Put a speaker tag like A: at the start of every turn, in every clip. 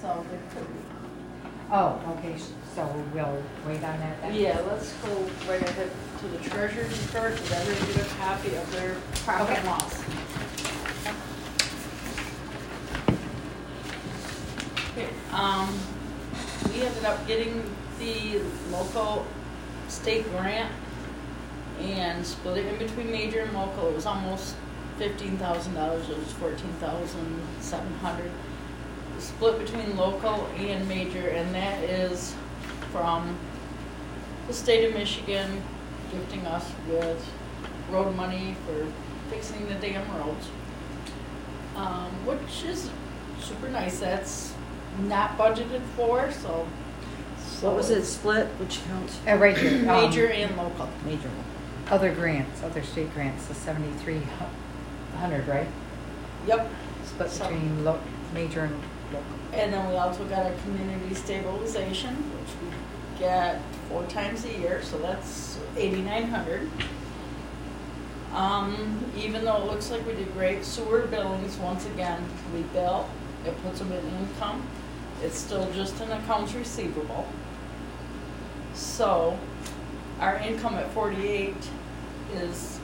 A: so there could be.
B: Oh, okay, s- so we'll wait on that then?
A: Yeah, let's go right ahead to the treasurer's report, and then we get a copy of their profit and
B: Okay.
A: loss. Okay, um, we ended up getting the local state grant and split it in between major and local. It was almost fifteen thousand dollars, it was fourteen thousand seven hundred. Split between local and major, and that is from the state of Michigan gifting us with road money for fixing the damn roads. Um, which is super nice, that's not budgeted for, so.
C: What was it split, which count?
B: Uh, right here. um,
A: Major and local.
C: Major.
B: Other grants, other state grants, the seventy-three hundred, right?
A: Yep.
B: Split
A: So-
B: between lo, major and local.
A: And then we also got our community stabilization, which we get four times a year, so that's eighty-nine hundred. Um, even though it looks like we did great sewer billings, once again, we bill, it puts them in income, it's still just an accounts receivable. So, our income at forty-eight is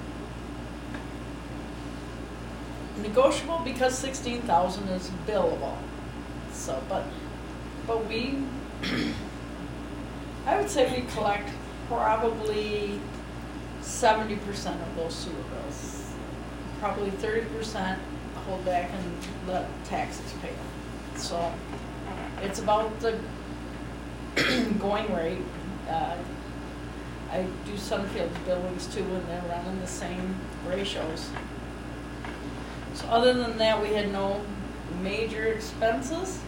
A: negotiable because sixteen thousand is billable. So, but, but we, I would say we collect probably seventy percent of those sewer bills. Probably thirty percent hold back and let taxes pay them. So, it's about the going rate. Uh, I do Sunfield buildings too, and they're running the same ratios. So other than that, we had no major expenses.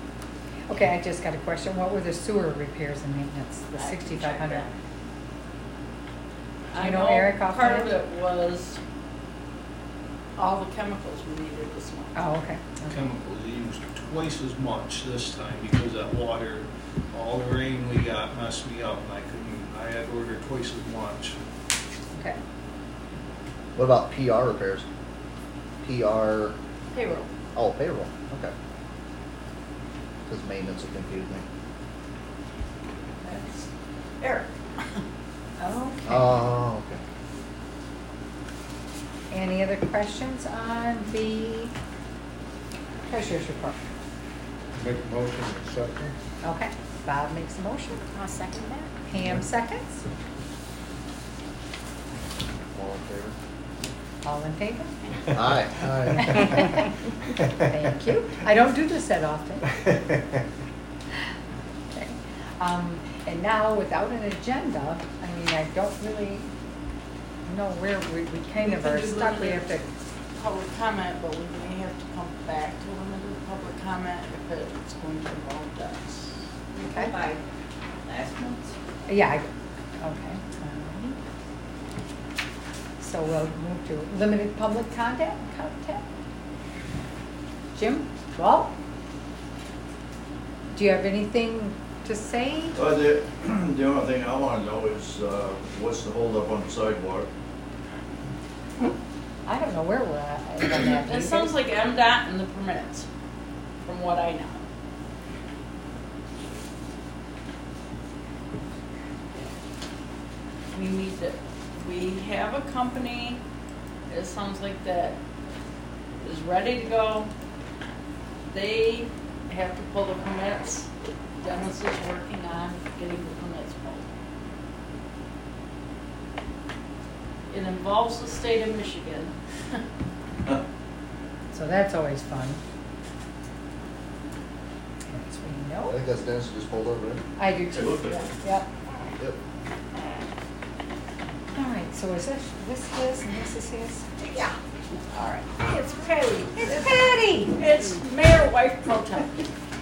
B: Okay, I just got a question. What were the sewer repairs and maintenance,
A: I can
B: the
A: check
B: sixty-five hundred?
A: that.
B: Do
A: I
B: you know Eric
A: part of
B: offhand?
A: it was all the chemicals we needed this month.
B: Oh, okay. okay.
D: chemicals used twice as much this time because that water, all the rain we got messed me up and I couldn't, I had to order twice as much.
B: Okay.
E: What about PR repairs? PR,
A: Payroll.
E: oh, payroll, okay. Because maintenance will confuse me.
A: That's Eric.
B: Okay.
F: Uh,
E: Oh, okay.
B: Any other questions on the treasurer's report?
F: Make a motion, to accept it.
B: Okay, Bob makes a motion.
G: I'll second that.
B: Pam seconds.
E: All in favor?
B: All in favor?
E: Aye.
F: Aye.
B: Thank you. I don't do this that often. Okay. Um, And now, without an agenda, I mean, I don't really know where, we we kind of are stuck, we have to,
A: Public comment, but we may have to come back to limited public comment if it's going to involve us.
B: Okay.
A: By last month.
B: yeah, I, okay. all right. So we'll move to limited public contact, contact? Jim, Walt? Do you have anything to say?
H: Well, the, the only thing I wanna know is, uh, what's the holdup on the sidewalk?
B: I don't know where we're at. on that.
A: It sounds like MDOT and the permits, from what I know. We need to, we have a company, it sounds like that is ready to go. They have to pull the permits. Dennis is working on getting the permits pulled. It involves the state of Michigan.
B: So that's always fun. As we
E: I
B: know.
E: think that's Dennis who just pulled over, right?
B: I do too.
H: looked at it.
B: Yep.
E: Yep.
B: All right, so is this, this his and this is his?
A: Yeah. All right. It's Patty.
B: It's Patty!
A: It's mayor wife pro temp.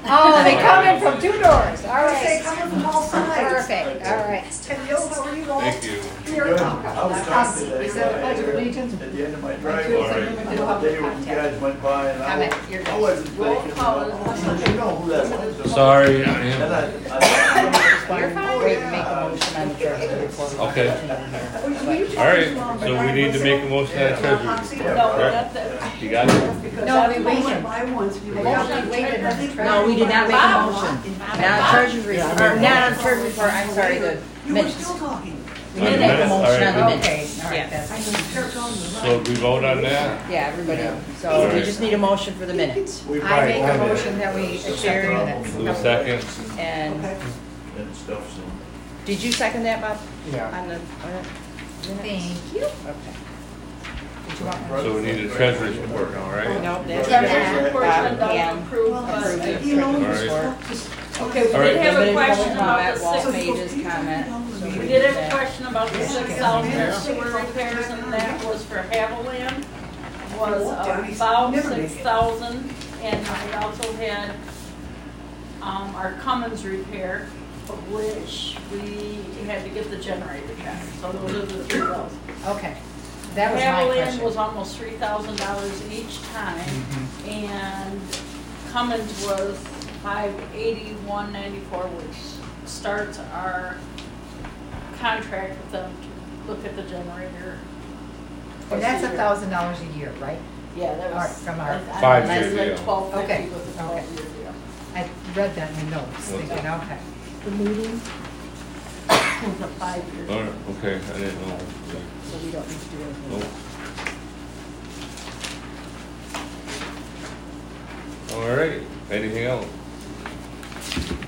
B: Oh, they come in from two doors. All right.
G: coming from all
B: Perfect, all right.
G: And Bill, how are you going?
D: Thank you.
G: Here,
H: Good.
G: I'll come.
H: I was
B: I'll
H: talking
B: see.
H: today.
B: Is that a pledge of
H: by-
B: allegiance?
H: uh, At the end of my
B: All
H: driveway,
B: right.
H: the day when you guys went by and I,
B: Comment, you're
H: I wasn't thinking,
A: Roll call.
H: about, I said, you know who that was.
I: Sorry, I
H: And
I: am.
H: I, I.
B: You're fine.
H: Oh,
B: Wait,
H: yeah.
B: make a motion on the treasurer's report.
I: Okay,
G: Will you- will you just
I: all right,
G: come on,
I: so we
G: Brian,
I: need
G: one
I: to make a
G: second?
I: motion on
H: Yeah.
A: No,
I: treasury. Correct.
A: that's it.
I: You got it?
G: Because
I: because
B: No,
I: that's
B: we
I: what
B: waited.
I: went by once. We
B: We
I: waited.
B: only waited on
I: I think
B: treasurer.
C: No, we did not make a
I: Bob-
C: motion.
I: Bob-
C: Not on treasurer's
I: Bob-
C: report, or not on
I: Bob-
C: treasurer's report, I'm sorry, the
I: You were
C: minutes.
I: still talking.
C: We did make a
J: Minutes, all
C: motion on the
J: right.
B: Okay,
C: minutes.
B: all right,
C: Yeah,
B: that's.
I: I just kept on the
J: So
I: right.
J: we vote on that?
C: yeah, everybody.
B: Yeah.
J: All
C: So we
J: right.
C: just need a motion for the minutes.
H: We
B: I
H: probably
B: make a
H: have it.
B: motion that we accept the
H: Sharon
B: minutes.
J: Lou seconds.
C: And
I: Okay.
H: And stuff, so.
C: did you second that, Bob?
F: Yeah.
C: On the, on the minutes?
B: Thank you.
C: Okay.
B: Did you want me to-
J: So we need a treasurer's report now, right?
C: No, that's.
A: Treasurer's
C: Bob,
A: report's been
C: yeah.
A: done, approved,
I: Well,
A: but I
I: I- you know,
J: All
I: just
J: right.
I: talk- just-
A: Okay, we
J: All right.
A: did have a
C: Limited public
A: question about
C: comment,
A: the
C: Walt
A: six,
C: Page's comment. So
A: we
C: we
A: did
C: did
A: have a
C: that.
A: question about the
I: Yeah,
A: six
I: yeah,
A: thousand
I: yeah.
A: sewer repairs, and that was for Haviland, was uh,
I: Yeah, he's
A: about
I: never make it.
A: six thousand, and I also had, um, our Cummins repair, of which we had to get the generator back, so those are the three bills.
B: Okay, that was my
A: Haviland was
B: question.
A: almost three thousand dollars each time,
B: Mm-hmm.
A: and Cummins was five eighty, one ninety-four, which starts our contract with them to look at the generator.
B: And that's a
A: procedure.
B: thousand dollars a year, right?
A: Yeah, that
B: Our-
A: was.
B: from our-
J: Five-year deal.
A: Twelve
B: Okay,
A: fifty with the
B: okay.
A: twelve-year deal.
B: I read that in the notes,
J: What's
B: thinking, okay.
C: The meeting,
A: With the five-year.
J: All right, okay, I didn't know.
C: so we don't need to do anything.
J: Nope. All right, anything else?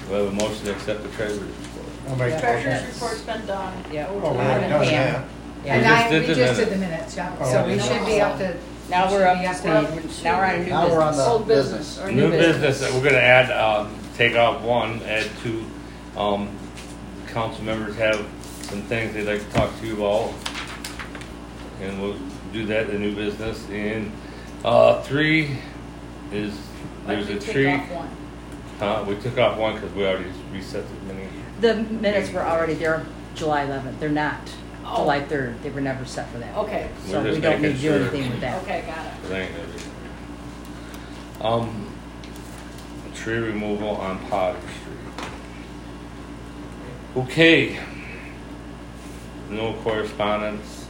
J: We have a motion to accept the treasurer's report.
F: I'll make a
A: Treasurer's
F: motion.
B: Treasure.
A: report's been done.
C: Yeah.
F: Oh, we already done that.
B: And
J: just
B: I,
J: did
B: we
J: the
B: just did
J: minutes.
B: the minutes, yeah,
F: Oh,
B: so
F: we
B: we
F: did.
B: should be up to.
C: Now we're up to
B: should
C: speed, We're-
B: be
C: now we're on a new business.
E: Now we're on the
A: Old
E: business.
A: business.
C: Or
J: New business, we're gonna add, um, take off one, add two, um, council members have some things they'd like to talk to you about. And we'll do that, the new business, and, uh, three is,
A: Why
J: there's
A: did
J: a
A: you take
J: tree.
A: off one?
J: Huh, we took off one because we already reset the mini.
C: The minutes were already there July 11th. They're not
A: Oh.
C: July 3rd. They were never set for that.
A: Okay,
C: So
J: We're just
C: we don't need
J: making
C: to do
J: sure.
C: anything with that.
A: okay, got it.
J: thing. Um, tree removal on Potter Street. Okay. No correspondence.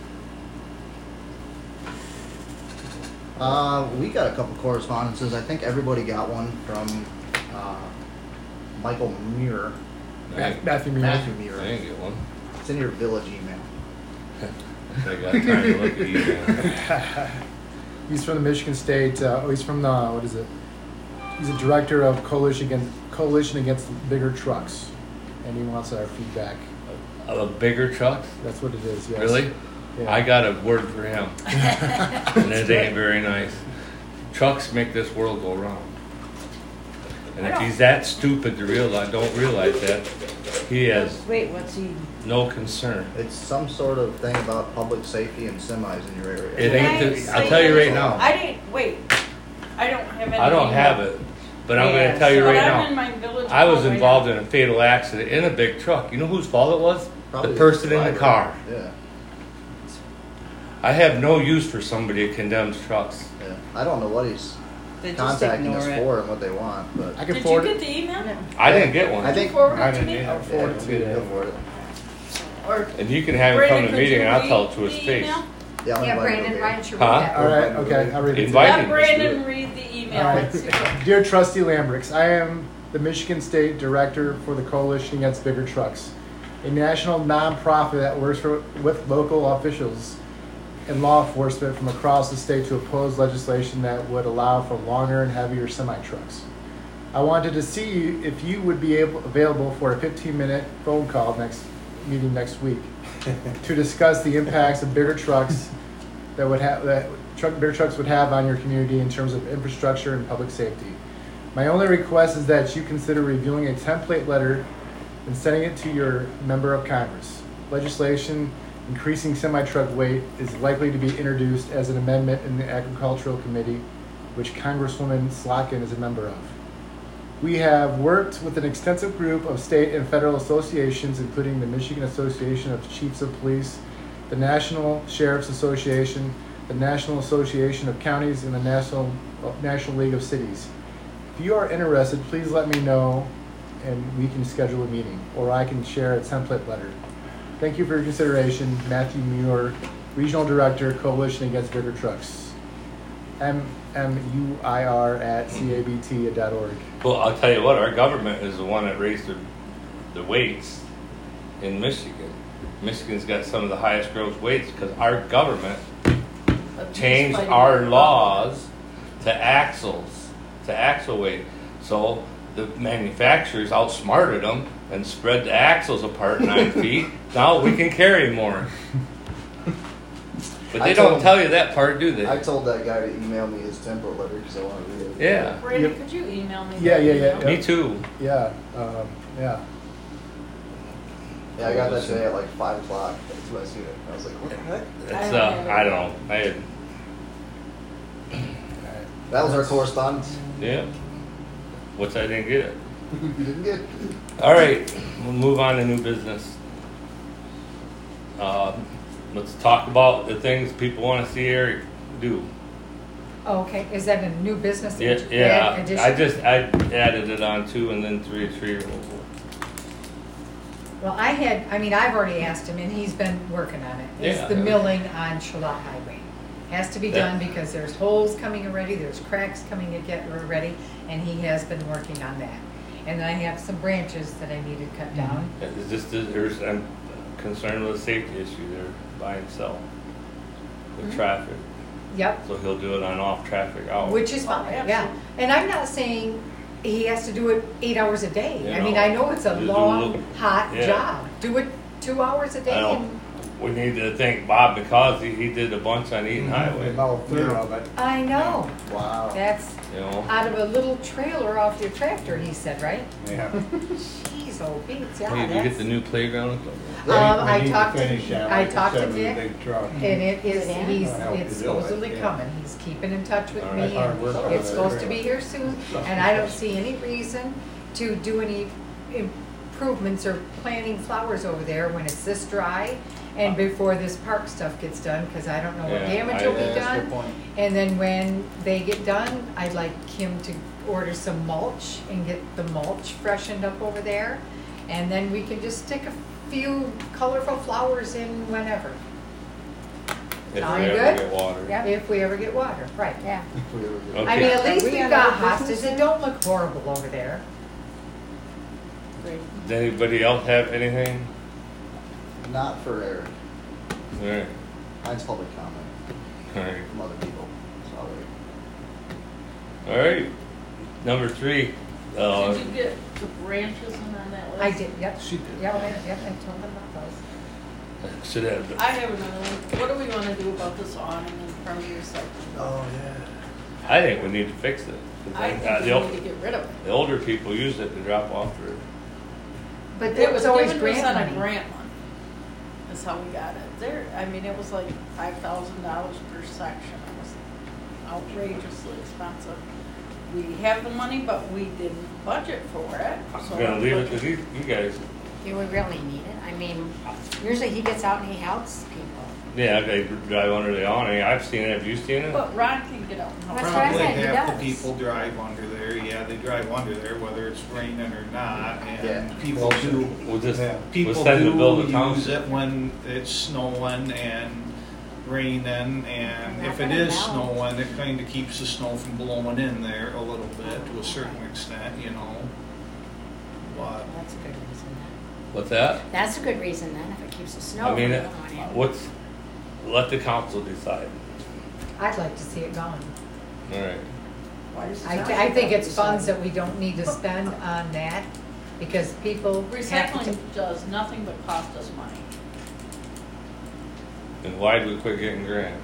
E: Uh, we got a couple correspondences. I think everybody got one from uh, Michael Muir.
J: Thank-
F: Matthew Muir.
E: Matthew
J: I
E: Muir.
J: didn't get one.
E: It's in your village email.
J: I think I got time to look at you.
F: He's from the Michigan State, uh, oh, he's from the, what is it? He's a director of Coalition Against, Coalition Against Bigger Trucks, and he wants our feedback.
J: Of a bigger trucks?
F: That's what it is, yes.
J: Really?
F: Yeah.
J: I got a word for him. and it ain't very nice. Trucks make this world go round. And if he's that stupid to realize, don't realize that, he has
C: Wait, what's he?
J: no concern.
E: It's some sort of thing about public safety and semis in your area.
J: It ain't,
A: Can
J: the-
A: I
J: I'll
A: say
J: tell you right
A: this?
J: now,
A: I didn't, wait, I don't have anything.
J: Oh. I don't have it, but I'm
C: Yeah,
J: gonna tell you
A: But
J: right
A: I'm in
J: now.
A: my village.
J: I was
A: hall right
J: involved
A: now.
J: in a fatal accident in a big truck. You know whose fault it was? The
E: Probably
J: person in the
E: driver.
J: car.
E: Yeah,
J: I have no use for somebody that condemns trucks.
E: yeah. I don't know what he's
C: They just
E: contacting
C: ignore
E: us
C: it.
E: for and what they want, but
F: I can
A: Did you
F: forward
A: get
F: it.
A: the email?
J: I didn't get one.
E: I think.
A: Forward
F: I
A: it to
F: didn't
A: me?
F: either.
E: Yeah,
F: Forward
E: we
F: it
E: can
F: to
E: go for it.
A: Or
J: And you can have him come to the meeting and I'll tell it to his face.
E: Yeah, I'll
G: Yeah,
E: invite him
G: Brandon,
E: over.
G: why don't you read
J: Huh?
G: that?
F: All right, okay, I'll read it. to you.
J: Invite
A: Let
J: him.
A: Brandon read the email.
F: All
A: Let's see.
F: right. Dear Trustee Lambrix, I am the Michigan State Director for the Coalition Against Bigger Trucks, a national nonprofit that works for, with local officials and law enforcement from across the state to oppose legislation that would allow for longer and heavier semi trucks. I wanted to see you if you would be able, available for a 15 minute phone call next meeting next week to discuss the impacts of bigger trucks that would have that truck bigger trucks would have on your community in terms of infrastructure and public safety. My only request is that you consider reviewing a template letter and sending it to your member of Congress. Legislation increasing semi truck weight is likely to be introduced as an amendment in the Agricultural Committee, which Congresswoman Slotkin is a member of. We have worked with an extensive group of state and federal associations, including the Michigan Association of Chiefs of Police, the National Sheriff's Association, the National Association of Counties, and the National, uh, National League of Cities. If you are interested, please let me know and we can schedule a meeting, or I can share a template letter. Thank you for your consideration, Matthew Muir, Regional Director, Coalition Against Bigger Trucks. M M U I R at C A B T dot org.
J: Well, I'll tell you what, our government is the one that raised the, the weights in Michigan. Michigan's got some of the highest gross weights because our government
A: But he's
J: changed
A: fighting
J: our
A: the-
J: laws to axles, to axle weight. So the manufacturers outsmarted them and spread the axles apart nine feet. Now we can carry more. But
E: I
J: they
E: told-
J: don't tell you that part, do
E: I
J: they?
E: told that guy to email me his template letter because I want to read it.
J: Yeah,
A: Brady,
F: Yep.
A: could you email me?
F: Yeah,
A: that
F: yeah, yeah,
A: email?
J: me too.
F: Yeah, um, yeah.
E: Yeah, I got that today at like five o'clock. That's when I seen it. I was like, what the heck?
J: It's, uh, I don't know. I had,
E: That was our correspondence.
J: yeah. What's I didn't get it.
E: you didn't get. it.
J: All right, we'll move on to new business. Um, Let's talk about the things people want to see Eric do.
B: Oh, okay, is that a new business?
J: Yeah,
B: ad-
J: yeah,
B: addition?
J: I just, I added it on two and then three tree removal.
B: Well, I had, I mean, I've already asked him and he's been working on it.
J: Yeah.
B: It's the milling on Charlotte Highway. Has to be
J: Yeah.
B: done because there's holes coming already, there's cracks coming to get already, and he has been working on that. And I have some branches that I need to cut
J: Mm-hmm.
B: down.
J: It's just, that there's, I'm concerned with a safety issue there by himself with
B: Mm-hmm.
J: traffic.
B: Yep,
J: So he'll do it on off traffic hours.
B: Which is
A: Oh,
B: fine, yeah.
A: absolutely.
B: And I'm not saying he has to do it eight hours a day. I
J: You
B: mean,
J: know,
B: I know it's a
J: do- do a
B: long,
J: little-
B: hot
J: yeah.
B: job. Do it two hours a
J: I
B: day
J: don't-
B: and,
J: We need to thank Bob because he, he did a bunch on
B: Mm-hmm.
J: Eaton Highway,
F: About third of it.
B: I know,
E: Wow.
B: that's
J: you know?
B: out of a little trailer off your tractor, he said, right?
F: Yeah.
B: Jeez, oh, beats, yeah,
J: Hey, Did you get
B: that's.
J: the new playground?
B: Um, I talked, to- I talked to Dick, and it is,
G: Yeah.
B: he's,
H: Help you do it,
B: it's supposedly
H: yeah.
B: coming. He's keeping in touch with
J: All right.
B: me, and it's supposed to be here soon, and I don't see any reason to do any improvements or planting flowers over there when it's this dry and before this park stuff gets done, because I don't know what
J: Yeah,
B: damage
J: I-
B: will
E: Yeah,
B: be
E: that's a good
B: done.
E: point.
B: And then when they get done, I'd like him to order some mulch and get the mulch freshened up over there. And then we can just stick a few colorful flowers in whenever,
J: If we
B: Sound
J: ever
B: good?
J: get water.
B: Yeah, if we ever get water, right, yeah.
E: We were good.
J: Okay.
B: I mean, at
G: Are
B: least
G: we
B: we've
G: on
B: got
G: other business
B: hostas that don't look horrible over there.
A: Brady.
J: Does anybody else have anything?
E: Not for Eric.
J: All right,
E: Mine's public comment
J: all right,
E: from other people. Sorry.
J: all right. Number three, uh,
A: Did you get the branches in on that list?
B: I did, yep,
J: she did.
B: yeah, I- yep, I told them about those.
J: should have,
A: I have another one. What do we wanna do about this awning in front of your site?
J: Uh,
E: Oh yeah.
J: I think we need to fix it. 'Cause
A: I
J: they- uh,
A: think
J: the,
A: we
J: ol-
A: need to get rid of it.
J: the older people use it to drop off their,
B: But
A: It
B: that
A: was
B: was always
A: given to
B: grant
A: us on a
B: money.
A: grant one. That's how we got it. There, I mean, it was like five thousand dollars per section. It was outrageously expensive. We have the money, but we didn't budget for it.
J: I'm
A: so
J: gonna
A: we
J: leave it to
A: budgeted-
J: these, you guys.
G: Do we really need it? I mean, usually he gets out and he helps people.
J: Yeah, they drive under the awning. I've seen it. Have you seen it?
A: But Ron can get out and help.
G: That's what I
D: Probably
G: said, he
D: half the
G: does.
D: people drive under there, yeah, they drive under there, whether it's raining or not,
E: Yeah.
D: and people do,
J: We'll just, we'll
D: people
J: send the bill
D: do
J: to
D: use
J: township.
D: it when it's snowing and raining, and if it is snowing, it kinda keeps the snow from blowing in there a little bit, to a certain extent, you know? But
G: That's a good reason then.
J: What's that?
G: That's a good reason then, if it keeps the snow
J: I
G: from
J: mean, it-
G: blowing in.
J: what's, let the council decide.
B: I'd like to see it gone.
J: All right.
B: I, thi- I think it's funds that we don't need to spend on that, because people have to.
A: Recycling does nothing but cost us money.
J: And why do we quit getting grants?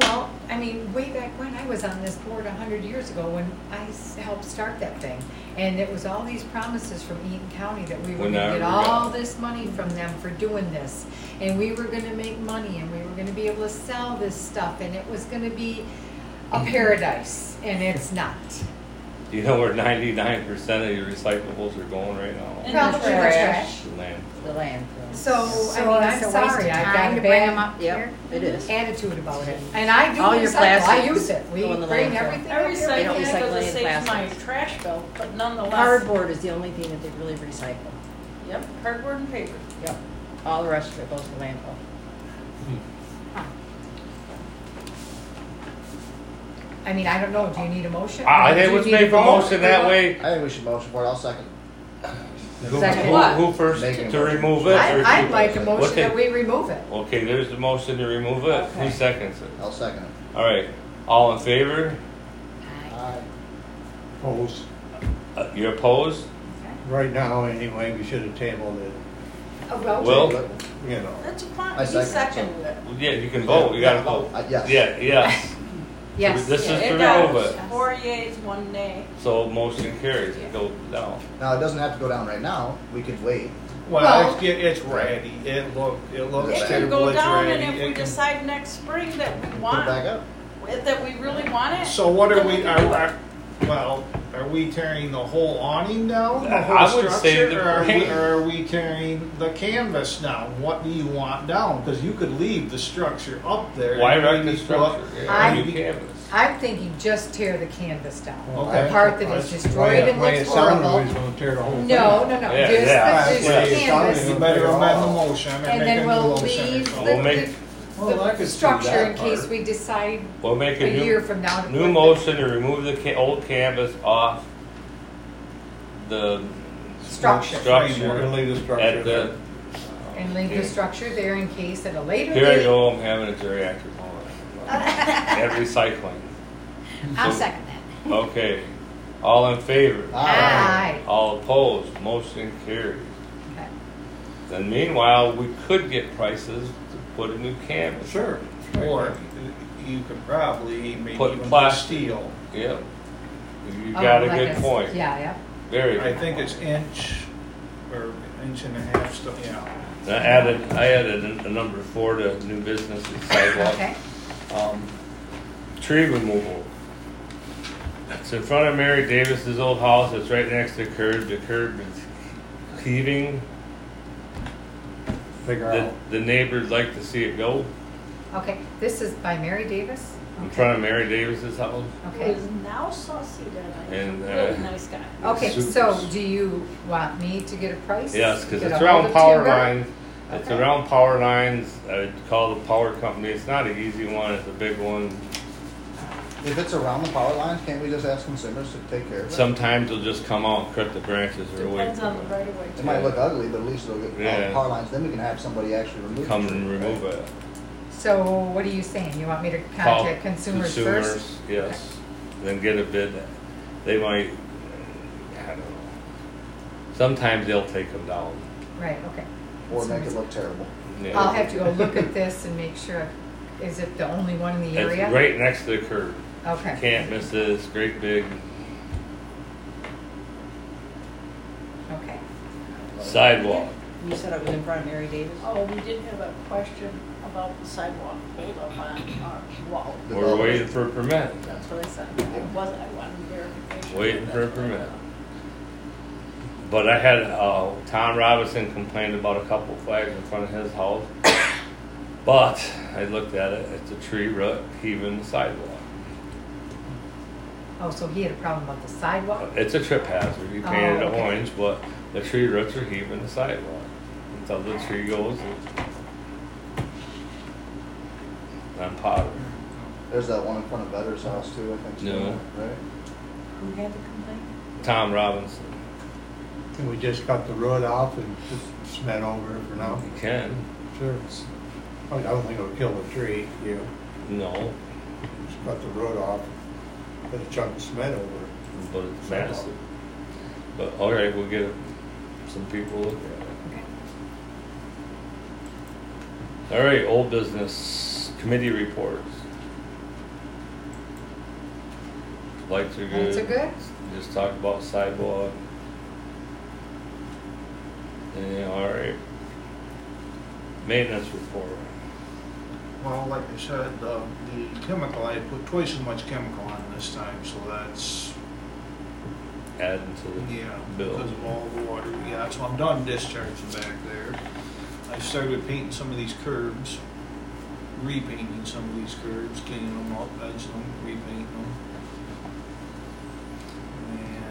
B: Well, I mean, way back when I was on this board a hundred years ago, when I s- helped start that thing, and it was all these promises from Eaton County that we were
J: When
B: gonna
J: I
B: get
J: remember-
B: all this money from them for doing this, and we were gonna make money, and we were gonna be able to sell this stuff, and it was gonna be a paradise, and it's not.
J: Do you know where ninety-nine percent of your recyclables are going right now?
A: And
B: Probably the
C: trash.
B: trash.
J: Land.
C: the landfill.
B: So, I
G: So
B: mean,
G: it's a
B: I'm
G: waste of
B: sorry, I've
G: time
B: got
G: to
B: a
G: bring 'em
B: bad
G: up here.
C: Yep, it is.
B: attitude about it, and I do
C: All your
B: recycle, I
C: plastics
B: use it, we
C: go in the
B: bring
C: landfill.
B: everything
A: I
B: up here.
A: recycle
C: don't recycle
A: because
C: any
A: it saves my
C: plastics.
A: trash bill, but nonetheless,
C: Cardboard is the only thing that they really recycle.
A: yep, cardboard and paper.
C: Yep. All the rest of it goes to landfill.
B: I mean, I don't know, do you need a motion?
J: I I
B: Do
J: think
B: you
J: let's
B: need
J: make a
B: vote?
J: motion that way.
E: I think we should motion for it. I'll second.
J: Who,
C: Second.
J: who, who first
E: Making a
J: to
E: motion.
J: remove it?
B: I,
J: or
B: I'd
J: who-
B: like a motion
J: Okay.
B: that we remove it.
J: Okay, there's the motion to remove it. Who
B: Okay.
J: seconds it?
E: I'll second it.
J: All right, all in favor?
E: Aye.
I: Opposed.
J: Uh, You're opposed?
I: Right now, anyway, we should have tabled it,
B: Oh, well,
J: Will?
I: you know.
A: That's fine,
E: I
A: he
E: second.
A: seconded it.
J: Yeah, you can vote, you oh, gotta vote.
E: Uh, yes.
J: Yeah, yes.
B: Yes.
J: This is
A: Yeah,
J: to
A: it
J: remove
A: does.
J: it.
A: Four yeas, one nay.
J: So motion carries, it goes down.
E: Now, it doesn't have to go down right now. We could wait.
D: Well, it's, it's ratty. It look, it looks
E: It
A: It
E: can
A: can
D: terrible.
A: go
D: It's
A: down
D: ratty.
A: and
D: It
A: if we
D: can-
A: decide next spring that we
E: Put it back
A: want,
E: up.
A: that we really want it.
D: So what are
A: then
D: we,
A: can
D: are,
A: do it.
D: are, well, are we tearing the whole awning down? The
J: I-
D: whole
J: I would say
D: structure,
J: the
D: Or are we,
J: rain.
D: or are we tearing the canvas down? What do you want down? Cause you could leave the structure up there.
J: Why
D: and
J: wreck the
D: maybe
J: structure?
D: put-
J: Yeah,
B: I-
J: you canvas.
B: I'm thinking just tear the canvas down.
D: Okay.
B: The part that is destroyed and
I: Way it- way
B: looks
I: it sounded,
B: horrible.
I: we was gonna tear the whole thing
B: No,
I: down.
B: no, no,
J: Yeah,
B: just
J: yeah.
B: the- just
I: Yeah,
B: the
I: yeah.
D: You
B: canvas.
D: better amend the motion and
B: And
D: make a
B: then
D: new
B: we'll
D: motion.
B: leave
D: So-
J: We'll make-
B: the,
I: Well, I
B: the,
I: could see
B: the structure
I: that
B: in case
I: part.
B: we decide
J: We'll make a
B: a year
J: new,
B: from now to. put
J: new
B: the-
J: motion to remove the ca- old canvas off the
B: Structure.
I: We're gonna
J: structure
I: leave the structure
J: at
I: there.
J: the.
B: And leave the structure there in case at a later
J: Here I
B: date.
J: go, I'm having a geriatric moment. And recycling.
G: I'll
J: So-
G: second that.
J: Okay, all in favor?
B: Aye.
J: All opposed, motion carries.
B: Okay.
J: Then meanwhile, we could get prices to put a new canvas.
I: Sure.
D: Or you could probably maybe
J: Put
D: even put
J: plastic.
D: steel.
J: Yeah. You
B: Oh,
J: got a
B: like
J: good
B: s-
J: point.
B: Yeah, yeah.
J: Very
D: I
J: good
D: think
J: point.
D: it's inch or inch and a half, so, yeah.
J: I added, I added a a number four to new business and
B: Okay.
J: sidewalk. Um, Tree removal. It's in front of Mary Davis's old house, it's right next to the curb, the curb is heaving.
I: Figure
J: The,
I: out.
J: the neighbors like to see it go
B: Okay. This is by Mary Davis.
J: in front of Mary Davis's house.
A: Who
B: Okay.
A: is now saucy that I
J: And,
A: am,
J: uh,
A: really nice guy.
B: Okay,
J: Super-
B: so do you want me to get a price?
J: Yes, because
B: Get
J: it's
B: a hold
J: around
B: of
J: power
B: Timber?
J: lines. It's
B: Okay.
J: around power lines. I call the power company. It's not an easy one. It's a big one.
E: If it's around the power lines, can't we just ask consumers to take care of it?
J: Sometimes they'll just come out and cut the branches or wait.
A: Depends on the right of way.
E: It might look ugly, but at least they'll get all
J: Yeah.
E: the power lines, then we can have somebody actually remove it.
J: Come and remove it.
B: So what are you saying? You want me to
J: Call
B: contact consumers first?
J: consumers, Yes, then get a bid. They might, I don't know. Sometimes they'll take them down.
B: Right, okay.
E: Or make it look terrible.
J: Yeah.
B: I'll have to go look at this and make sure, is it the only one in the area?
J: It's right next to the curb.
B: Okay.
J: Can't miss this. Great big
B: Okay.
J: sidewalk.
C: You said it was in front of Mary Davis?
A: Oh, we did have a question about the sidewalk holdup on our wall.
J: We're waiting for a permit.
A: That's what I said. I wasn't, I wanted verification.
J: Waiting for a permit. But I had, uh, Tom Robinson complained about a couple flags in front of his house. But I looked at it, it's a tree root heaving the sidewalk.
B: Oh, so he had a problem about the sidewalk?
J: It's a trip hazard, you painted
B: Oh,
J: it
B: okay.
J: orange, but the tree roots are heaving the sidewalk. Until the tree goes. I'm potted.
E: There's that one in front of Vetter's house too, I think. so,
J: No.
E: Right?
C: Who had the complaint?
J: Tom Robinson,
I: Can we just cut the root off and just cement over it for now?
J: you can,
I: Sure. it's- I mean, I don't think it'll kill the tree, you know,
J: no,
I: just cut the root off, put a chunk of cement over it.
J: but it's massive. But, all right, we'll get some people to look at it.
B: Okay.
J: All right, old business, committee reports. Lights are good.
B: Lights are good.
J: Just talk about sidewalk. Yeah, all right. Maintenance report.
D: Well, like I said, the, the chemical, I put twice as much chemical on this time, so that's,
J: Adding to the
D: yeah,
J: bill.
D: because of all the water we got. So I'm done discharging back there. I started painting some of these curbs, repainting some of these curbs, cleaning them up, edging them, repainting them.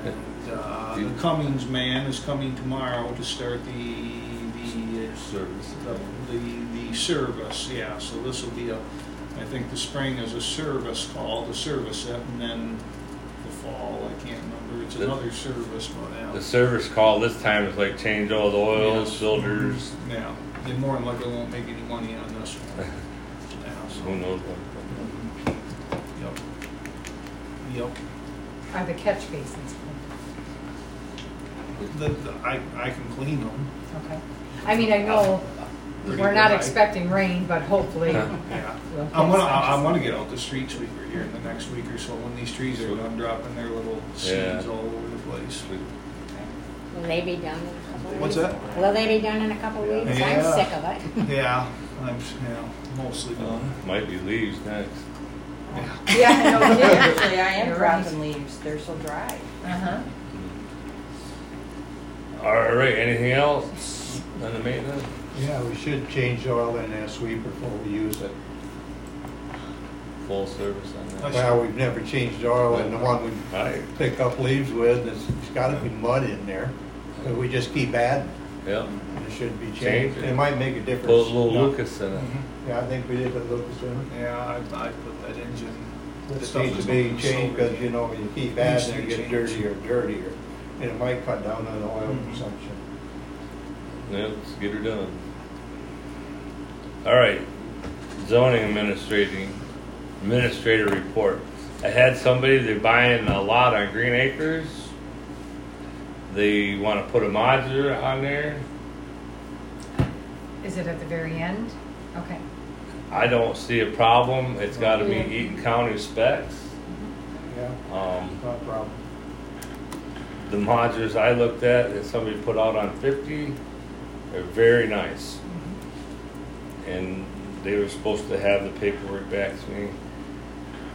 D: And, uh,
J: Do you-
D: the Cummings man is coming tomorrow to start the, the uh,
J: Service.
D: the, the service, yeah, so this will be a, I think the spring is a service call, the service it, and then the fall, I can't remember, it's
J: The-
D: another service, but yeah.
J: The service call this time is like change all the oils, filters,
D: Yeah, they more than likely won't make any money on this one. Yeah, so,
J: who knows what.
D: yep. Yep.
B: Are the catch basins
D: The, the, I, I can clean them.
B: clean? Okay. I mean, I know
D: Pretty
B: we're not
D: dry.
B: expecting rain, but hopefully.
J: Huh.
D: Yeah.
B: we'll
D: I
B: get
D: want to,
B: some.
D: I want to get out the street sweeper here in the next week or so when these trees are done dropping their little seeds
J: Yeah.
D: all over the place.
G: Will they be done in a couple of
D: What's
G: weeks?
D: that?
G: Will they be done in a couple of weeks?
D: Yeah.
G: I'm sick of it.
D: Yeah, I'm, s- yeah, mostly done.
J: Might be leaves next.
D: Yeah.
B: Yeah, no kidding.
C: Usually I am
B: You're right.
C: dropping leaves, they're so dry.
B: Uh-huh.
J: All right, anything else on the maintenance?
I: Yeah, we should change the oil in that sweep before we use it.
J: Full service on that.
I: Well, we've never changed the oil in the one we
J: Aye,
I: pick up leaves with, it's it's gotta be mud in there. But we just keep adding,
J: yep.
I: and it should be
J: Change
I: changed.
J: it.
I: It might make a
J: Put
I: difference.
J: a little
I: No.
J: Lucas in it.
E: Mm-hmm.
I: Yeah, I think we did put Lucas in it.
D: Yeah, I, I put that engine. that
I: It
D: stuff
I: needs
D: is
I: to be
D: looking
I: changed,
D: so
I: because you know, when you keep
D: Needs to
I: adding, it
D: be
I: gets
D: changed.
I: dirtier, and dirtier, and it might cut down on oil
D: Mhm.
I: consumption.
J: Yeah, let's get her done. All right, zoning administrating, administrator report. I had somebody, they're buying a lot on Green Acres. They wanna put a modular on there.
B: Is it at the very end? Okay.
J: I don't see a problem. It's gotta meet Eaton County specs.
I: Yeah,
J: Um,
I: not a problem.
J: the modulars I looked at that somebody put out on fifty are very nice.
C: Mm-hmm.
J: And they were supposed to have the paperwork back to me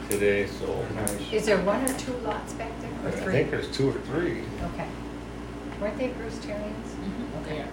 J: today, so.
I: Nice.
B: Is there one or two lots back there,
J: I
B: or three?
J: think there's two or three
B: Okay. Weren't they Bruce Terrians?
A: Okay.
B: Okay.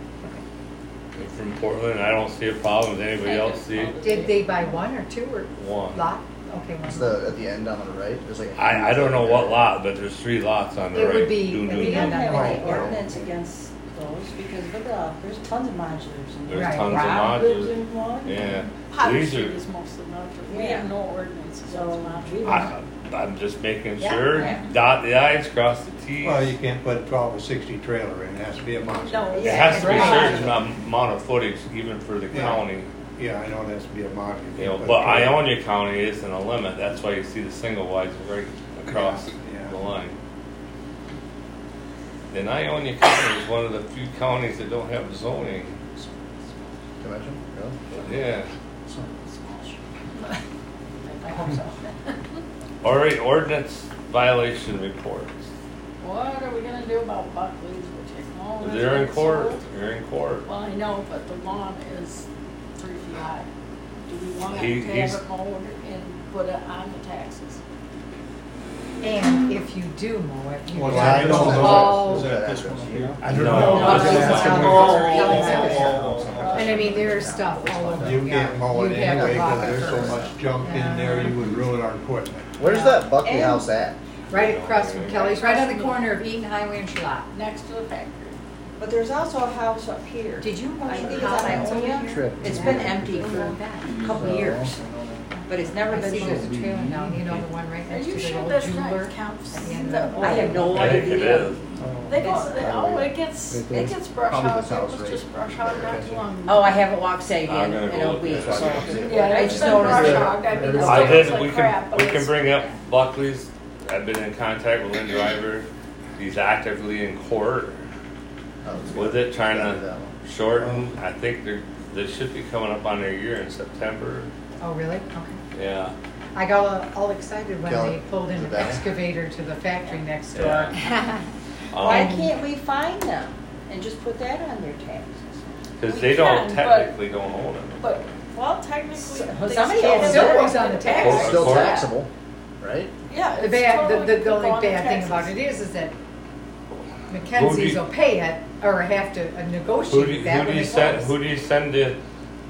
J: They're from Portland. I don't see a problem. Does anybody else see
B: Did they buy one or two or
J: one?
B: lot? Okay, one.
E: It's the at the end on the right. There's like a
J: I, I don't know what
E: lot.
J: lot, but there's three lots on the
B: It
J: right.
B: would be
J: Doo,
B: at
J: doo,
B: the
J: doo.
C: We don't have any
I: Right.
C: ordinance against those because look at all, there's tons of modulars in there.
J: There's
B: Right.
J: tons of
C: Rob lives
J: modulars.
C: in one.
J: Yeah.
A: Potter
J: These
A: Street
J: are,
A: is mostly modular, we
C: Yeah.
A: have no ordinances on
C: So
A: modular.
C: we don't,
J: I, I'm just making
C: Yeah.
J: sure,
C: Yeah.
J: dot the i's, cross the t's.
I: Well, you can't put a twelve or sixty trailer in, it has to be a
A: No.
I: modular.
J: It has to be a
C: Yeah.
J: certain am- amount of footage even for the
I: Yeah.
J: county,
I: Yeah, I know it has to be a modular. You
J: you know,
I: can't put a
J: but
I: trailer.
J: Ionia County isn't a limit, that's why you see the single wides right across
I: Yeah, yeah.
J: the line. And Ionia County is one of the few counties that don't have zoning,
E: Convention? Really?
J: yeah.
B: I hope so.
J: All right, ordinance violation reports,
A: What are we gonna do about Buckley's, which is all.
J: they're in court, they're in court.
A: Well, I know, but the lawn is three feet high. Do we want
J: He-
A: to
J: he's-
A: have it mowed and put it on the taxes?
B: And if you do mow it, you
D: Well,
E: I
B: have to
E: don't know.
D: Is
B: mow.
D: that this one here?
I: I don't
J: No.
I: know.
J: No,
I: I was
B: it's
I: just
B: not.
I: asking.
B: And I mean, there's stuff all over.
I: You
B: yeah.
I: can't mow it
B: You'd have to
I: anyway,
B: block
I: because
B: it
I: there's so
B: first.
I: much junk in there, you would ruin our equipment.
E: Where's that Buckley
B: And-
E: house at?
B: Right across from Kelly's, right on the corner of Eaton Highway and Shalat.
A: Next to the factory.
C: But there's also a house up here.
B: Did you mow
C: I think
B: the
C: it's on
B: comments over
C: Ionia.
B: here?
I: Trip.
C: It's been empty for a couple
E: So-
C: years, but it's never
B: I
C: been
B: see there's
C: moved.
B: a trailer now, you know, the one right
A: Are
B: next to
A: you
B: the
A: sure
B: old
A: that's
B: jeweler. uh,
A: not counts?
B: at the end of
A: That-
B: the
C: I have no
J: I think it
C: idea.
J: is.
A: They go, they, oh, it gets, it gets brush
E: Probably
A: hogged,
E: the
A: it
E: house
A: was just brush hogged not too long. ago.
C: Oh, I haven't walked
J: I'm
C: Sagan
J: gonna
C: in
J: go
C: a
J: with
C: week,
J: this.
E: That's why I
C: so.
E: can see it.
A: Yeah,
C: I
A: it's
C: just
A: been
C: noticed
A: brush
I: that.
A: hogged, I mean, it
J: I
A: looks
J: did, we
A: like crap,
J: can,
A: but
J: we can
A: it's-
J: bring up Buckley's, I've been in contact with Lynn Driver, he's actively in court
E: Oh, it's
J: with
E: good.
J: it, trying
E: Yeah, that
J: to
E: one.
J: shorten, I think they're, they should be coming up on their year in September,
B: Oh, really? Okay.
J: yeah.
B: I got all all excited when
E: Kelly,
B: they pulled in
E: is it
B: an
E: that one?
B: excavator to the factory next door.
J: Yeah.
C: Why
J: Um,
C: can't we find them and just put that on their taxes?
J: cause
A: we
J: they don't
A: can, but-
J: technically don't own it.
A: But, well, technically.
C: Well,
A: they
C: somebody
A: still-
C: owns
B: it. Still goes on the tax.
E: It's still
J: Court.
E: taxable, right?
A: Yeah.
B: The
A: it's
B: bad,
A: totally
B: the, the, the
A: go
B: only
A: on the
B: bad thing about
A: taxes.
B: it is, is that Mackenzie's will pay it or have to uh,
J: Who do, you-
B: negotiate that
J: who do
B: when
J: you
B: it
J: send, who
B: goes.
J: do you send it,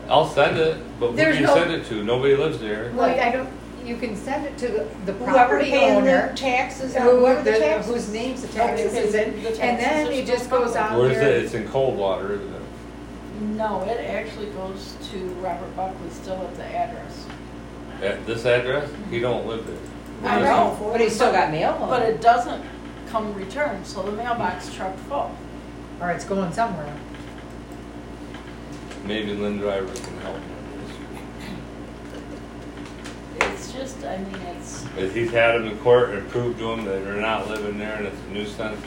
J: I'll send it, but who do
B: There's
J: you
B: no-
J: send it to, nobody lives there.
B: Well, I don't, you can send it to the, the
C: Whoever
B: property
C: paying their
B: owner.
C: taxes, on
B: Who,
C: whoever the
B: the-
C: taxes.
B: whose name's the taxes is in,
A: The taxes
B: and then
A: is
B: it just
A: for
B: goes
A: public.
B: on
J: Where's it,
B: there.
J: it's in Coldwater, isn't it?
A: No, it actually goes to Robert Buckley, still at the address.
J: At this address, he don't live there.
A: I know.
C: But he's still got mail on.
A: But it doesn't come return, so the mailbox truck full.
B: Or it's going somewhere.
J: Maybe Lynn Driver can help him. with
A: It's just, I mean, it's,
J: this. But he's had them in court and proved to him that they're not living there and it's a nuisance.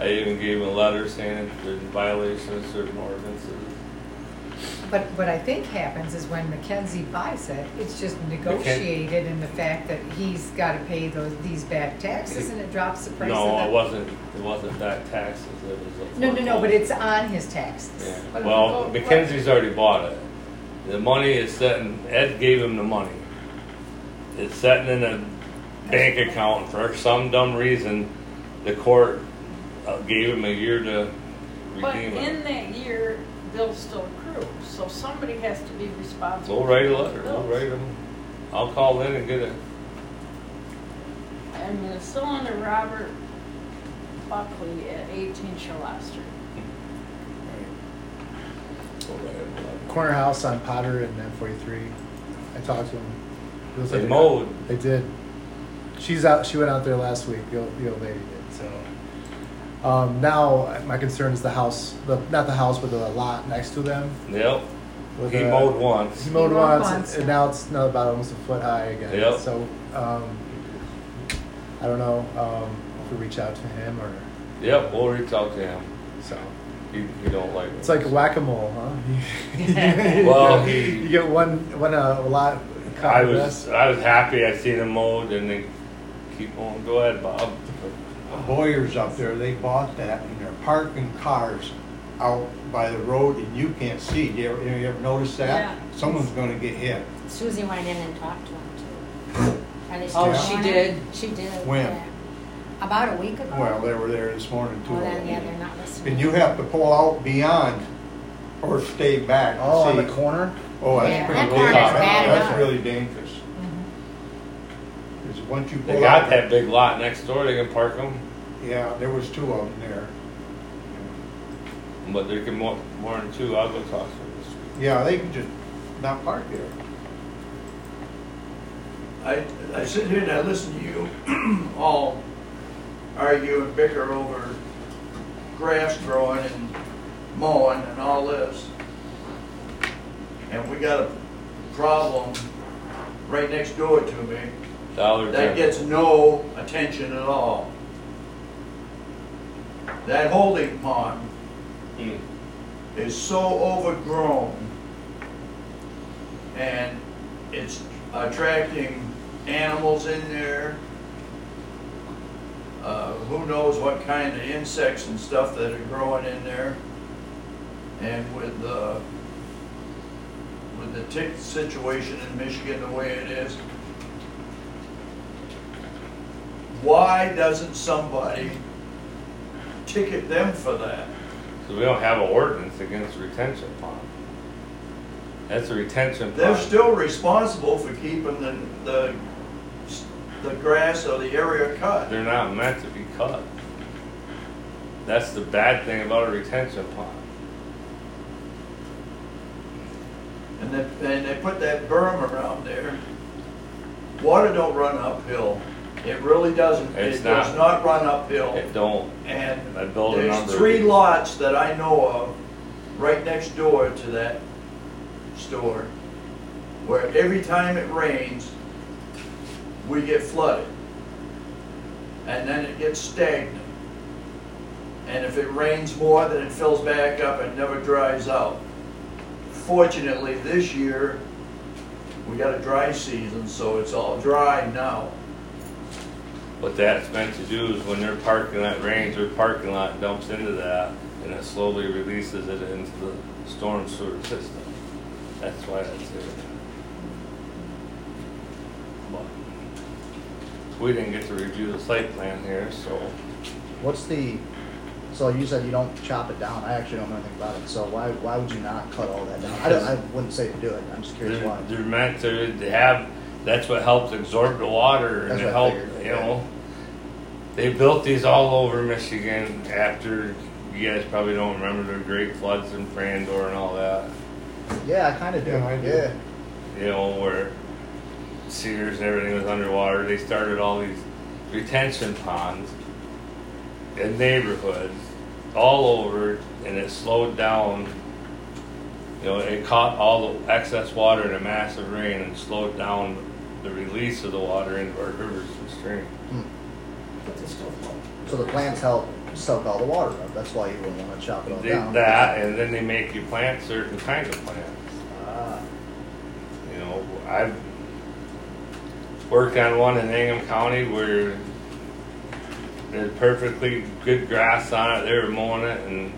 J: I even gave him a letter saying that they're in violation of certain ordinances.
B: But what I think happens is when Mackenzie buys it, it's just negotiated in the fact that he's gotta pay those, these back taxes and it drops the price of
J: No,
B: the-
J: it wasn't, it wasn't that taxes, it was a.
B: No, no, no, but it's on his
J: Yeah.
B: taxes.
J: Well, Mackenzie's already bought it. The money is sitting, Ed gave him the money. It's sitting in a bank account for some dumb reason. The court uh, gave him a year to
A: but
J: redeem
A: in
J: it.
A: that year, bills still accrue, so somebody has to be responsible.
J: We'll write a
A: for
J: letter,
A: those
J: we'll
A: bills.
J: write him. I'll call in and get it.
A: I mean, it's still under Robert Buckley at eighteen Charlotte Street.
J: We'll write him a letter.
F: corner house on Potter and M forty three. I talked to him. It was
J: They
F: like-
J: mowed.
F: They did. She's out. She went out there last week. The old, the old lady did. So um, now my concern is the house. The not the house, but the lot next to them.
J: Yep,
F: with,
J: he
F: uh,
J: mowed once.
F: He mowed
B: He mowed
F: once,
B: once.
F: and now it's now about almost a foot high again.
J: Yep.
F: So um, I don't know um, if we reach out to him or
J: Yep, we'll reach out to him.
F: so.
J: He, he don't like it.
F: It's like whack a mole, huh?
J: Well, he-
F: you get one one uh, lot.
J: I was, I was happy I seen him mowed and they keep on, go ahead, Bob.
I: Boyers up there, they bought that and they're parking cars out by the road and you can't see. You ever, you ever notice that?
A: Yeah.
I: Someone's gonna get hit.
G: Susie went in and talked to him too. Are they
C: Oh,
G: still
I: she
G: on it?
C: did?
G: She did.
I: When?
G: yeah. About a week ago.
I: Well, they were there this morning too.
G: Well, Oh, then, yeah, they're not listening.
I: And you have to pull out beyond or stay back. to
E: Oh, on the
I: see.
E: corner?
I: Oh,
G: Yeah,
I: that's pretty
G: that
I: dangerous.
G: corner's bad
I: That's
G: enough. Mm-hmm.
I: really dangerous. Because once you pull
J: They got
I: out-
J: that big lot next door, they can park them,
I: Yeah, there was two of them there.
J: but they can more, more than two, I'll go talk to them this week.
I: Yeah, they could just not park there.
H: I, I sit here and I listen to you all argue and bicker over grass growing and mowing and all this. And we got a problem right next door to me
J: Dollar
H: that
J: General.
H: gets no attention at all. That holding pond
J: Mm.
H: is so overgrown and it's attracting animals in there. Uh, who knows what kind of insects and stuff that are growing in there. And with the, with the tick situation in Michigan the way it is, why doesn't somebody ticket them for that?
J: So we don't have an ordinance against retention pond. That's a retention
H: They're
J: pond.
H: still responsible for keeping the, the, the grass or the area cut.
J: They're not meant to be cut. That's the bad thing about a retention pond.
H: And they, and they put that berm around there. Water don't run uphill. It really doesn't.
J: It's
H: It does not
J: not.
H: run uphill.
J: It don't,
H: And
J: I built a number
H: there's
J: of
H: three
J: these.
H: lots that I know of, right next door to that store, where every time it rains, we get flooded. And then it gets stagnant. And if it rains more, then it fills back up and never dries out. Fortunately, this year, we got a dry season, so it's all dry now.
J: What that's meant to do is when they're parking that range, their parking lot dumps into that and it slowly releases it into the storm sewer system. That's why that's there. But We didn't get to review the site plan here, so
E: What's the, so you said you don't chop it down. I actually don't know anything about it. So why, why would you not cut all that down? I, don't, I wouldn't say to do it. I'm just curious
J: they're,
E: why.
J: they're meant to they have, that's what helps absorb the water and
E: That's
J: it
E: what I
J: helps,
E: figured,
J: you
E: yeah.
J: know. They built these all over Michigan after, you guys probably don't remember the great floods in Frandor and all that.
E: Yeah, I kind of do.
I: Yeah, I do.
E: Yeah.
J: you know, where Sears and everything was underwater, they started all these retention ponds in neighborhoods all over, and it slowed down. You know, it caught all the excess water in a massive rain and slowed down the release of the water into our rivers and streams.
G: But they still flow.
E: So the plants help soak all the water up. That's why you wouldn't want to chop it all
J: They
E: down.
J: did that, and then they make you plant certain kinds of plants.
E: Ah.
J: You know, I've worked on one in Ingham County where there's perfectly good grass on it. They were mowing it, and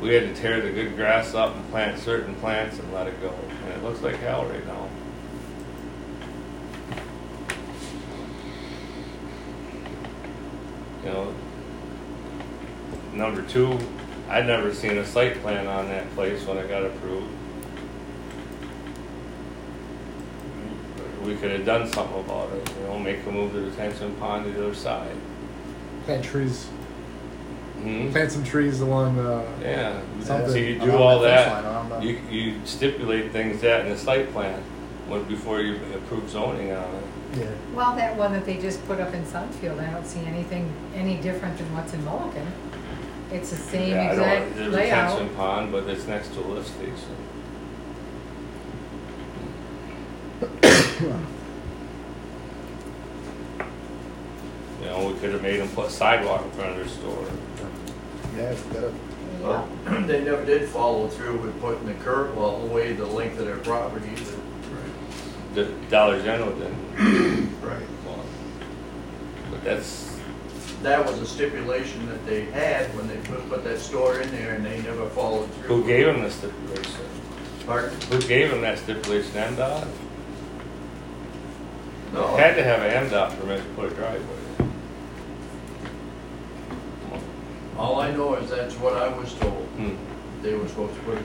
J: we had to tear the good grass up and plant certain plants and let it go. And it looks like hell right now. You know, number two, I'd never seen a site plan on that place when it got approved. We could have done something about it, you know, make them move the detention pond to the other side.
F: Plant trees.
J: Hmm?
F: Plant some trees along. Uh,
J: Yeah, so
F: Something
J: you do
E: around
J: all
E: the fence line, around
J: that,
E: the-
J: you, you stipulate things that in the site plan, when, before you approve zoning on it.
E: Yeah.
B: Well, that one that they just put up in Sunfield, I don't see anything any different than what's in Mulligan. It's the same
J: Yeah, I don't-
B: exact
J: There's a
B: layout.
J: detention pond, but it's next to a lift station. You know, we could have made them put sidewalk in front of their store.
E: Yeah, it's gotta-
G: Yeah.
H: Well, They never did follow through with putting the curb all the way the length of their property either.
J: The Dollar General didn't.
H: Right.
J: want it. But that's,
H: That was a stipulation that they had when they put, put that store in there and they never followed through.
J: who gave them the stipulation?
H: Pardon?
J: Who gave them that stipulation, MDOT? They
H: No.
J: had to have an MDOT permit to put a driveway. in.
H: All I know is that's what I was told.
J: Hmm.
H: They were supposed to put a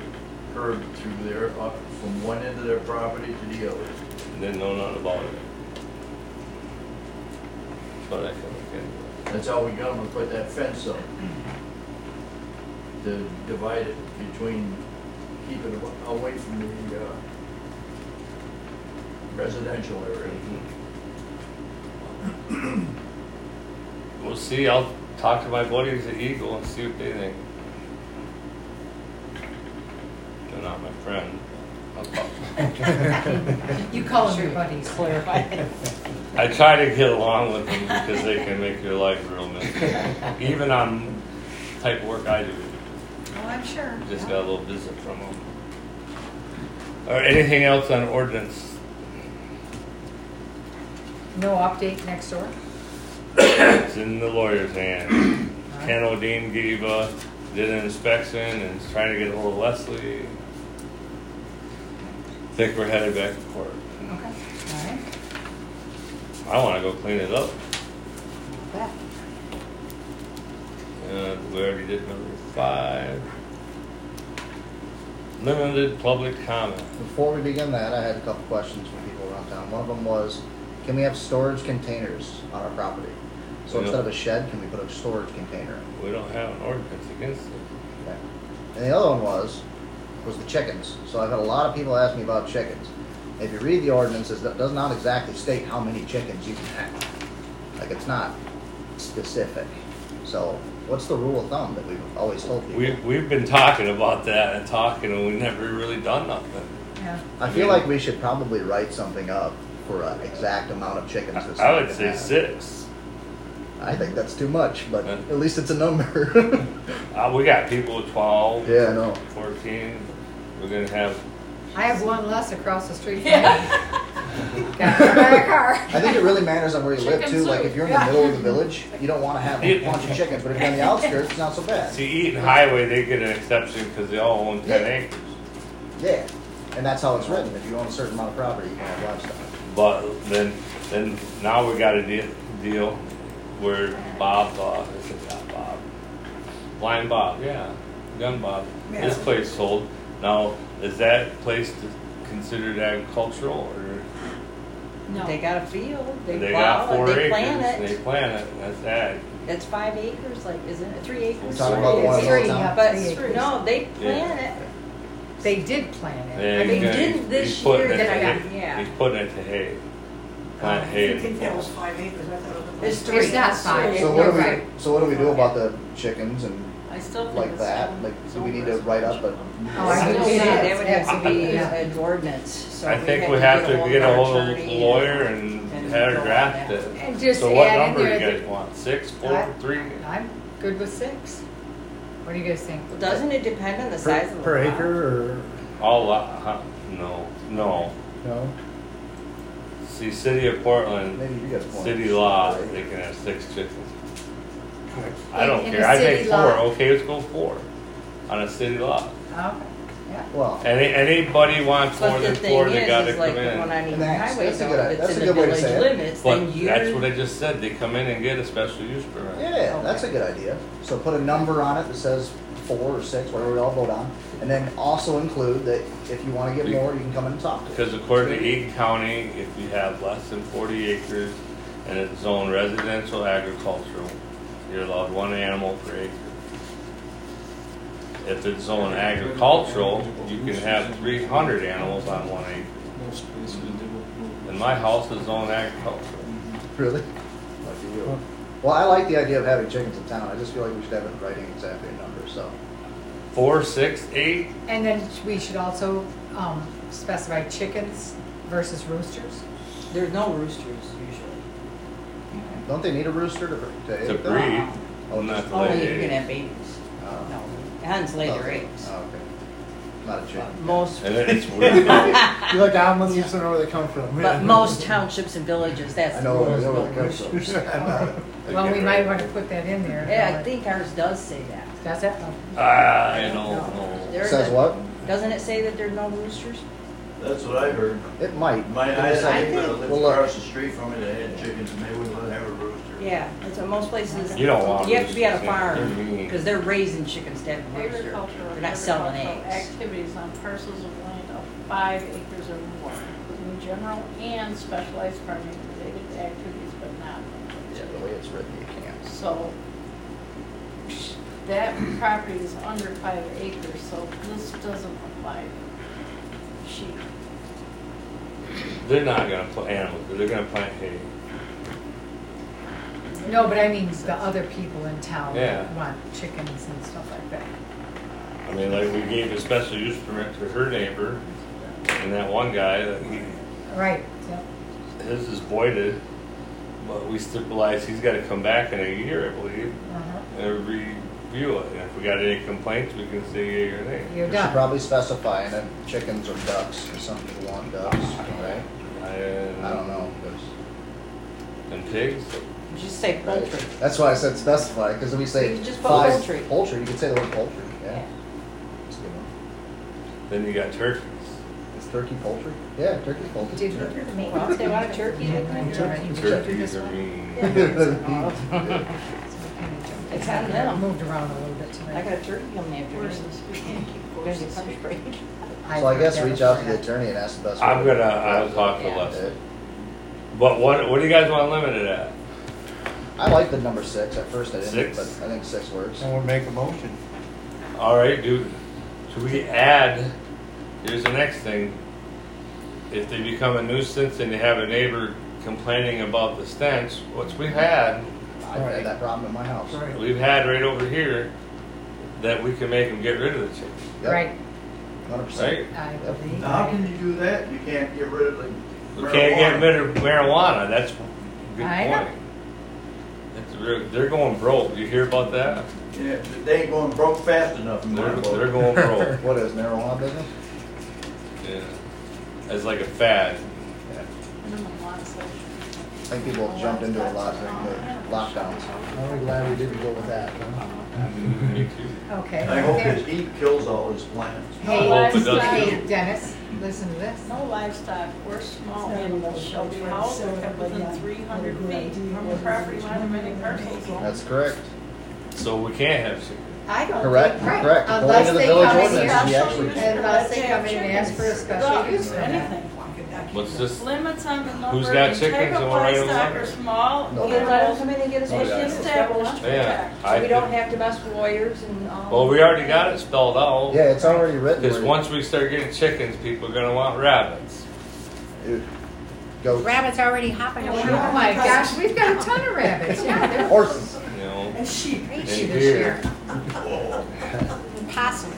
H: curb through their, up from one end of their property to the other.
J: Didn't know nothing about it. But I can look into it.
H: That's how we got them to put that fence up. To divide it between, keep it awa- away from the uh, residential area.
J: We'll see, I'll talk to my buddies at Eagle and see what they think. They're not my friend. I'll talk.
B: You call them your buddies.
A: Clarify.
J: I try to get along with them because they can make your life real miserable. Even on type of work I do,
G: Oh, I'm sure.
J: just got a little visit from them. All right, anything else on ordinance?
B: No update next door?
J: It's in the lawyer's hand. Ken O'Dean gave, uh, did an inspection and is trying to get ahold of Leslie. Think we're headed back to court.
B: Okay, all right.
J: I wanna go clean it up.
G: Bet.
J: Uh, we already did number five. Limited public comment.
E: Before we begin that, I had a couple questions from people around town. One of them was, can we have storage containers on our property? So
J: Yeah.
E: instead of a shed, can we put a storage container?
J: We don't have an ordinance against it.
E: Okay. And the other one was, was the chickens. So I've had a lot of people ask me about chickens. If you read the ordinances, that does not exactly state how many chickens you can have. Like, it's not specific. So what's the rule of thumb that we've always told people?
J: We, we've been talking about that and talking and we've never really done nothing.
B: Yeah.
E: I feel like we should probably write something up for an exact amount of chickens. that
J: I would
E: someone can
J: say
E: have.
J: six.
E: I think that's too much, but
J: Huh?
E: at least it's a number.
J: Uh, we got people with twelve.
E: yeah, I know.
J: 14, we're gonna have,
B: I have one less across the street from me.
A: Yeah.
B: Got hit by a car.
E: I think it really matters on where you live
A: Chicken
E: too. Like
A: soup,
E: if you're in
B: yeah.
E: the middle of the village, you don't want to have a
J: Yeah.
E: bunch of chickens, but if you're on the outskirts, it's not so bad.
J: see Eaton Highway, they get an exception because they all own ten
E: Yeah.
J: acres.
E: Yeah, and that's how it's written. If you own a certain amount of property, you can have livestock.
J: But then, then now we got a deal, deal where Bob, uh, is it not Bob? Blind Bob, yeah, Gun Bob, his
B: Yeah.
J: place sold. Now, is that place considered agricultural or?
A: No.
C: They got a field, they
J: They got
C: plow
J: four
C: it, they
J: acres,
C: plant
J: and they
C: it.
J: plant it, that's ag.
C: It's five acres, like, isn't it, three acres?
E: talking about the
C: Three
E: one
C: acres.
E: that's
B: Three, yeah,
C: But,
B: three
C: screw-
B: acres.
C: no, they plant it,
B: They did plan it.
J: Yeah,
B: I
J: he's
B: mean,
J: gonna-
C: didn't
J: he's
C: this
J: putting
C: year
J: it to
C: that I got-
J: hay.
C: yeah. Oh,
J: He's putting it to hay. Not hay.
K: I think that was five acres, I thought it was.
B: It's three. It's not five.
E: So what do
B: Right.
E: we, so what do we do about the chickens and
A: I still think
E: like
A: it's
E: that?
A: still-
E: Like, do we need to write up a?
C: Oh, I
B: think
C: would
B: it
C: say
B: is.
C: that would have to be
B: Yeah.
C: an ordinance, so.
J: I think we
C: we'd
J: have to get a hold of
C: our
J: a
C: attorney.
J: lawyer and have
C: and go
J: her
C: on
J: draft
C: that.
B: And
J: it.
B: just
J: So what
B: add in
J: number
B: there
J: you
B: that-
J: guys want, six,
B: I-
J: four, three?
B: I'm good with six. What do you guys think?
C: Well, Doesn't it depend on the
F: Per-
C: size of the lot?
F: Per acre or,
J: All, lo- huh, no, no.
F: no?
J: See, city of Portland,
E: Maybe you guys want.
J: city law, they can have six chickens. I
B: In-
J: don't
B: in
J: care,
B: a
J: I think
B: city
J: four,
B: lot.
J: okay, let's go four on a city lot.
B: Okay, yeah.
E: Well,
J: Any, anybody wants more
C: But
J: than
C: the
J: four,
C: thing
J: they
C: is,
J: gotta
C: is
J: come
C: like the one
J: in.
C: on Eaton
E: And that's-
C: Highway,
E: that's a
C: so
E: good-
C: if
E: that's
C: it's
E: a
C: in the
E: good way to
C: village
E: say it.
C: limits, then
J: But
C: you're.
J: that's what I just said, they come in and get a special use permit.
E: yeah, that's a good idea. So put a number on it that says four or six, whatever we all vote on, and then also include that if you wanna get more, you can come in and talk to us.
J: Because according to Eaton County, if you have less than forty acres and it's zoned residential agricultural, you're allowed one animal per acre. If it's zoned agricultural, you can have three hundred animals on one acre.
D: Most places they will-
J: And my house is zoned agricultural.
E: Really? Lucky you. Well, I like the idea of having chickens in town. I just feel like we should have it in writing exactly a number, so.
J: Four, six, eight,
B: And then we should also um, specify chickens versus roosters.
C: There's no roosters usually.
E: Don't they need a rooster to, to
J: to
E: egg them?
J: breed,
B: Uh-huh.
E: Oh,
J: not to
C: Only you
J: lay
C: can
J: eggs.
C: have babies.
E: Oh.
C: No, hens lay their
E: Okay.
C: eggs.
E: Oh, okay. Not a
C: But
E: chicken.
C: Most,
J: And it- it's weird.
F: You like omelets, you just don't know where they come from.
C: but most townships and villages, that's.
E: I
C: the
E: know, I
C: rule.
E: know where it comes from.
J: They
B: Well,
J: get
B: we
J: rid
B: might
J: of
B: want
J: it.
B: to put that in there.
C: Yeah, I think ours does say that.
B: Does that, oh,
J: Ah, I don't know.
C: There
E: Says
C: isn't-
E: what?
C: Doesn't it say that there's no roosters?
H: That's what I heard.
E: It might.
H: My,
E: Give
H: I,
E: me a second.
H: I lived
E: Well, look.
H: across the street from it, they had chickens and they wouldn't let them have a rooster.
C: Yeah, it's in most places.
J: You don't want
C: You have to be on a
J: roosters, yeah. They're
C: farm,
J: mean.
C: because they're raising chickens to have a rooster.
A: Agricultural.
C: They're not selling
A: agricultural
C: eggs.
A: Activities on parcels of land of five acres or more, including general and specialized farming related activities, but not.
E: Yeah, the way it's written, you can't.
A: So that property is under five acres, so this doesn't apply to sheep.
J: They're not gonna put animals, they're gonna plant hay.
B: no, but I mean the other people in town
J: Yeah.
B: want chickens and stuff like that.
J: I mean, like, we gave a special use permit to her neighbor, and that one guy, that he-
B: Right, yep.
J: his is voided, but we stipulated he's gotta come back in a year, I believe,
B: Uh-huh.
J: and review it, and if we got any complaints, we can say yea or nay.
B: You're
E: We should
B: done.
E: probably specify, and then chickens or ducks, or some people want ducks, right? I don't know, 'cause-
J: uh, And pigs,
C: Just say poultry.
E: That's why I said specify, because if we
C: You
E: say
C: could just put
E: five.
C: poultry.
E: Poultry, you could say the word poultry, yeah.
C: Yeah.
E: That's a good one.
J: then you got turkeys.
E: Is turkey poultry? Yeah, turkey poultry.
B: Did-
C: Well, if they want a turkey, they can.
J: Turkeys are mean.
C: It's on them.
B: Moved around a little bit
C: I
B: tonight.
C: got a turkey coming after me.
A: Horses, we can't keep
C: There's a
A: horses.
C: punch break.
E: So I
B: heard
E: guess
B: that
E: reach out to
B: before.
E: the attorney and ask the best.
J: I'm
E: way to-
J: gonna, I'll talk to
C: Yeah.
J: Leslie. But what, what do you guys wanna limit it at?
E: I like the number six, at first I didn't,
J: Six?
E: but I think six works.
I: Someone make a motion.
J: All right, dude. Should we add? Here's the next thing. If they become a nuisance and they have a neighbor complaining about the stench, which we've had,
E: I've had that problem in my house.
J: we've had right over here, that we can make them get rid of the chicken,
E: Yep,
B: Right,
E: Hundred percent.
J: right?
B: I believe.
H: Now, how can you do that? You can't get rid of the
J: We can't get
H: marijuana.
J: rid of marijuana. That's a good
B: I know.
J: point. That's real- they're going broke. You hear about that?
H: Yeah, but they ain't going broke fast enough. in my
J: They're,
H: book.
J: they're going broke.
E: What is marijuana business?
J: Yeah. It's like a fad.
A: Minimum lot size.
E: I think people have jumped into a lot during the lockdowns.
F: I'm glad we didn't go with that.
J: Me too.
B: Okay.
H: I hope
B: Okay.
H: his heat kills all his plants.
B: Hey,
J: I hope it does
B: hey,
J: too.
B: Dennis, listen to this.
A: No livestock or small animals shall be housed or kept within three hundred feet from the property line of any parcel.
E: That's correct.
J: So we can't have chicken.
B: I don't
E: Correct,
B: think- right, Uh,
E: correct. According
B: Unless
E: to the
B: they
E: village
B: come in
E: ordinance,
B: here,
E: you actually
A: can.
B: unless they come in and ask for a special use permit.
A: Anything.
J: What's this?
A: Limits on the
J: Who's
A: number
J: got
A: and
J: chickens
A: type
J: and
A: of
J: wanna write 'em
A: livestock
J: up?
A: or small
E: No.
C: Well, then let them
A: animals
C: come in and get us.
E: No,
A: is
E: yeah.
A: established.
J: Yeah.
C: So
J: Oh, I
C: we don't
J: think-
C: have to mess with lawyers and all.
J: Well, we already got it spelled out.
E: Yeah, it's already written.
J: Because
E: where-
J: once we start getting chickens, people are gonna want rabbits.
E: Dude, goats.
G: Rabbits already hopping
B: Oh
G: around.
B: my gosh, we've got a ton of rabbits, yeah. they're-
E: Horses.
J: You know.
K: And sheep.
G: Ate
I: And
G: you this
I: deer.
G: year. And Possums.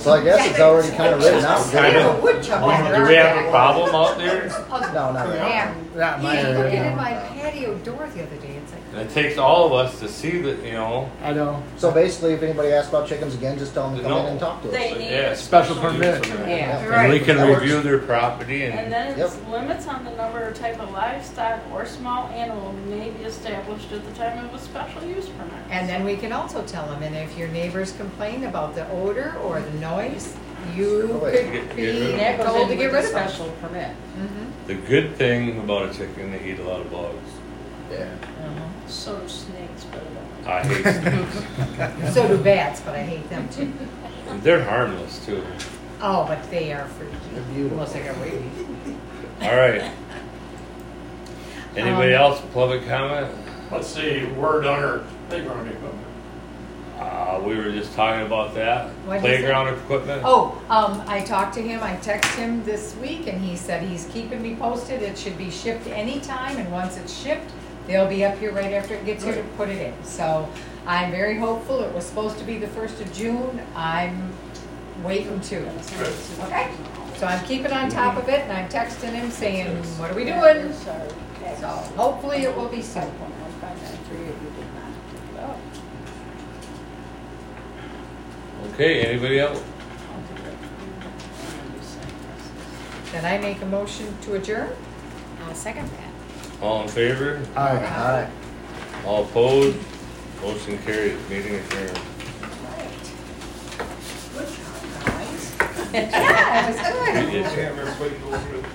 E: So I guess it's already kind of written out.
J: Kind
K: Yeah,
J: of.
K: woodchuck.
J: Oh, Do we have a problem out there?
E: No, not really.
B: Yeah.
F: Not my
B: Yeah, I looked in
F: area.
B: my patio door the other day, it's like,
J: It takes all of us to see that, you know.
F: I know.
E: So basically, if anybody asks about chickens again, just tell them to come in
J: No.
E: and talk to us.
A: They need.
J: Yeah,
F: Special
J: use
F: permit.
J: and that.
C: Yeah.
J: And we
E: Right.
J: can
E: That works.
J: review their property
A: And
J: and,
A: then it's
E: Yep.
A: limits on the number or type of livestock or small animal may be established at the time of a special use permit.
B: And then we can also tell them, and if your neighbors complain about the odor or the noise, you could
J: Get- get rid
B: be
J: of
C: That goes
B: told to
C: in
B: get
C: with
B: rid
C: the
B: of them.
C: special permit.
B: Mhm.
J: the good thing about a chicken, they eat a lot of bugs.
E: Yeah.
A: So do snakes, but.
J: I hate snakes.
B: Mm-hmm. So do bats, but I hate them too.
J: And They're harmless too.
B: Oh, but they are freaky,
E: They're beautiful.
B: unless I got rabies.
J: All right. Anybody
B: Um,
J: else, public comment?
L: Let's see, word on our playground equipment.
J: Uh, we were just talking about that.
B: What'd you say?
J: Playground equipment?
B: Oh, um, I talked to him, I texted him this week, and he said he's keeping me posted, it should be shipped anytime, and once it's shipped, they'll be up here right after it gets here to put it in, so I'm very hopeful, it was supposed to be the first of June, I'm waiting too. Okay, so I'm keeping on top of it, and I'm texting him saying, what are we doing?
A: Sorry.
B: So hopefully it will be soon.
A: I'll find that for you if you did not.
J: Okay, anybody else?
B: Then I make a motion to adjourn?
G: I'll second that.
J: All in favor?
F: Alright.
E: All right.
J: All opposed? Motion carries, meeting adjourned.
K: Good job, guys.
B: Yes, good.
J: You did.
D: everybody go through the